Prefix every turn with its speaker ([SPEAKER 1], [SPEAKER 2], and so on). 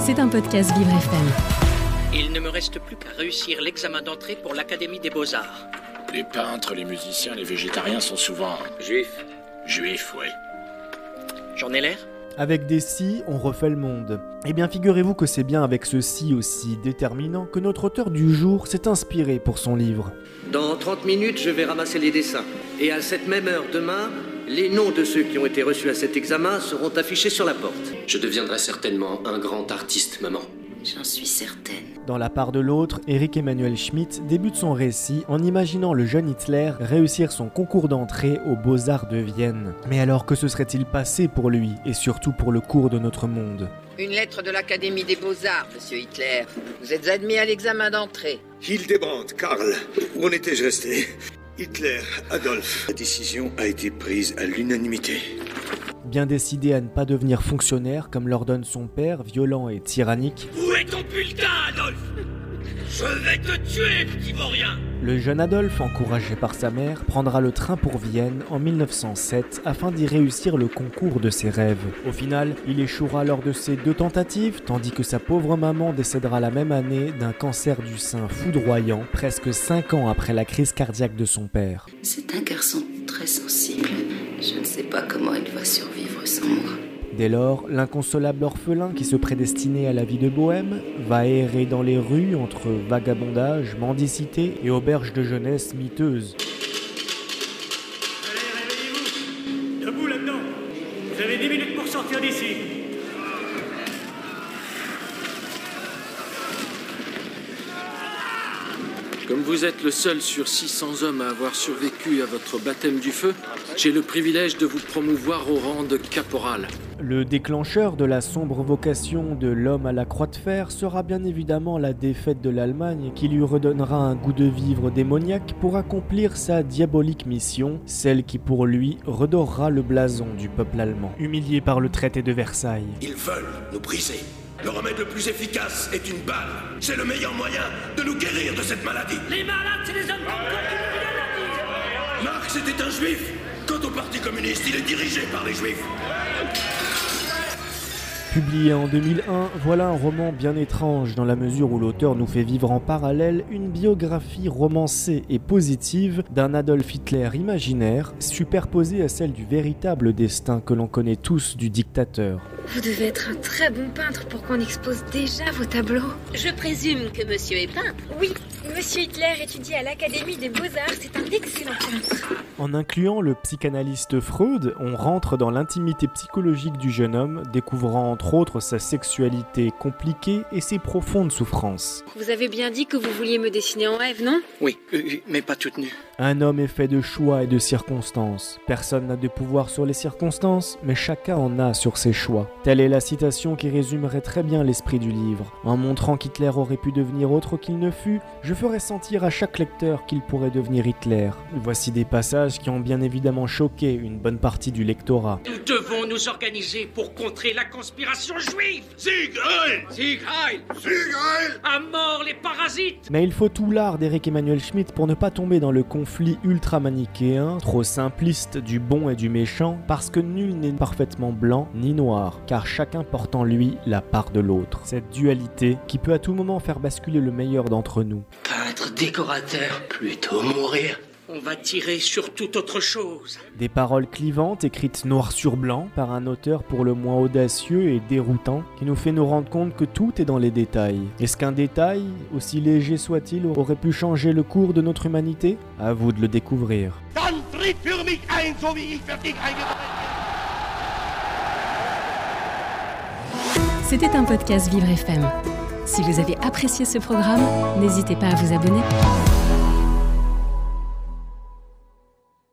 [SPEAKER 1] C'est un podcast Vivre FM.
[SPEAKER 2] Il ne me reste plus qu'à réussir l'examen d'entrée pour l'Académie des Beaux-Arts.
[SPEAKER 3] Les peintres, les musiciens, les végétariens sont souvent
[SPEAKER 2] Juif.
[SPEAKER 3] juifs, oui.
[SPEAKER 2] J'en ai l'air
[SPEAKER 4] Avec des si, on refait le monde. Eh bien, figurez-vous que c'est bien avec ce si aussi déterminant que notre auteur du jour s'est inspiré pour son livre.
[SPEAKER 5] Dans 30 minutes, je vais ramasser les dessins. Et à cette même heure demain, les noms de ceux qui ont été reçus à cet examen seront affichés sur la porte.
[SPEAKER 6] Je deviendrai certainement un grand artiste, maman.
[SPEAKER 7] J'en suis certaine.
[SPEAKER 4] Dans La part de l'autre, Eric Emmanuel Schmitt débute son récit en imaginant le jeune Hitler réussir son concours d'entrée aux Beaux-Arts de Vienne. Mais alors que se serait-il passé pour lui et surtout pour le cours de notre monde
[SPEAKER 8] Une lettre de l'Académie des Beaux-Arts, monsieur Hitler. Vous êtes admis à l'examen d'entrée.
[SPEAKER 9] Hildebrandt, Karl, où en étais-je resté Hitler, Adolphe. La décision a été prise à l'unanimité.
[SPEAKER 4] Bien décidé à ne pas devenir fonctionnaire comme l'ordonne son père, violent et tyrannique,
[SPEAKER 2] Où est ton bulletin, Adolphe Je vais te tuer, petit vaurien
[SPEAKER 4] le jeune Adolphe, encouragé par sa mère, prendra le train pour Vienne en 1907 afin d'y réussir le concours de ses rêves. Au final, il échouera lors de ses deux tentatives, tandis que sa pauvre maman décédera la même année d'un cancer du sein foudroyant, presque 5 ans après la crise cardiaque de son père.
[SPEAKER 7] C'est un garçon très sensible. Je ne sais pas comment il va survivre sans moi.
[SPEAKER 4] Dès lors, l'inconsolable orphelin qui se prédestinait à la vie de bohème va errer dans les rues entre vagabondage, mendicité et auberges de jeunesse miteuses.
[SPEAKER 10] Allez, réveillez-vous Debout là-dedans Vous avez 10 minutes pour sortir d'ici
[SPEAKER 11] Comme vous êtes le seul sur 600 hommes à avoir survécu à votre baptême du feu, j'ai le privilège de vous promouvoir au rang de caporal.
[SPEAKER 4] Le déclencheur de la sombre vocation de l'homme à la croix de fer sera bien évidemment la défaite de l'Allemagne qui lui redonnera un goût de vivre démoniaque pour accomplir sa diabolique mission, celle qui pour lui redorera le blason du peuple allemand, humilié par le traité de Versailles.
[SPEAKER 3] Ils veulent nous briser. Le remède le plus efficace est une balle. C'est le meilleur moyen de nous guérir de cette maladie.
[SPEAKER 2] Les malades, c'est les hommes comme toi qui nous viennent à dire
[SPEAKER 3] Marx était un juif. Quant au Parti communiste, il est dirigé par les juifs.
[SPEAKER 4] Publié en 2001, voilà un roman bien étrange dans la mesure où l'auteur nous fait vivre en parallèle une biographie romancée et positive d'un Adolf Hitler imaginaire, superposée à celle du véritable destin que l'on connaît tous du dictateur.
[SPEAKER 7] Vous devez être un très bon peintre pour qu'on expose déjà vos tableaux.
[SPEAKER 8] Je présume que monsieur est peintre.
[SPEAKER 12] Oui, Monsieur Hitler étudie à l'Académie des Beaux-Arts, c'est un excellent peintre.
[SPEAKER 4] En incluant le psychanalyste Freud, on rentre dans l'intimité psychologique du jeune homme, découvrant entre autres sa sexualité compliquée et ses profondes souffrances.
[SPEAKER 12] Vous avez bien dit que vous vouliez me dessiner en rêve, non
[SPEAKER 2] Oui, euh, mais pas toute nue.
[SPEAKER 4] Un homme est fait de choix et de circonstances. Personne n'a de pouvoir sur les circonstances, mais chacun en a sur ses choix. Telle est la citation qui résumerait très bien l'esprit du livre. En montrant qu'Hitler aurait pu devenir autre qu'il ne fut, je ferai sentir à chaque lecteur qu'il pourrait devenir Hitler. Voici des passages qui ont bien évidemment choqué une bonne partie du lectorat.
[SPEAKER 2] Nous devons nous organiser pour contrer la conspiration juive
[SPEAKER 3] Sieg Heil
[SPEAKER 2] Sieg Heil
[SPEAKER 3] Sieg Heil
[SPEAKER 2] À mort les parasites
[SPEAKER 4] Mais il faut tout l'art d'Éric Emmanuel Schmitt pour ne pas tomber dans le conflit ultra-manichéen, trop simpliste du bon et du méchant, parce que nul n'est parfaitement blanc ni noir, car chacun porte en lui la part de l'autre. Cette dualité qui peut à tout moment faire basculer le meilleur d'entre nous.
[SPEAKER 6] Peintre, décorateur, plutôt mourir.
[SPEAKER 2] On va tirer sur toute autre chose.
[SPEAKER 4] Des paroles clivantes écrites noir sur blanc par un auteur pour le moins audacieux et déroutant qui nous fait nous rendre compte que tout est dans les détails. Est-ce qu'un détail, aussi léger soit-il, aurait pu changer le cours de notre humanité À vous de le découvrir.
[SPEAKER 3] Dann tritt für mich ein, so wie ich für dich eingetreten bin.
[SPEAKER 1] C'était un podcast Vivre FM. Si vous avez apprécié ce programme, n'hésitez pas à vous abonner.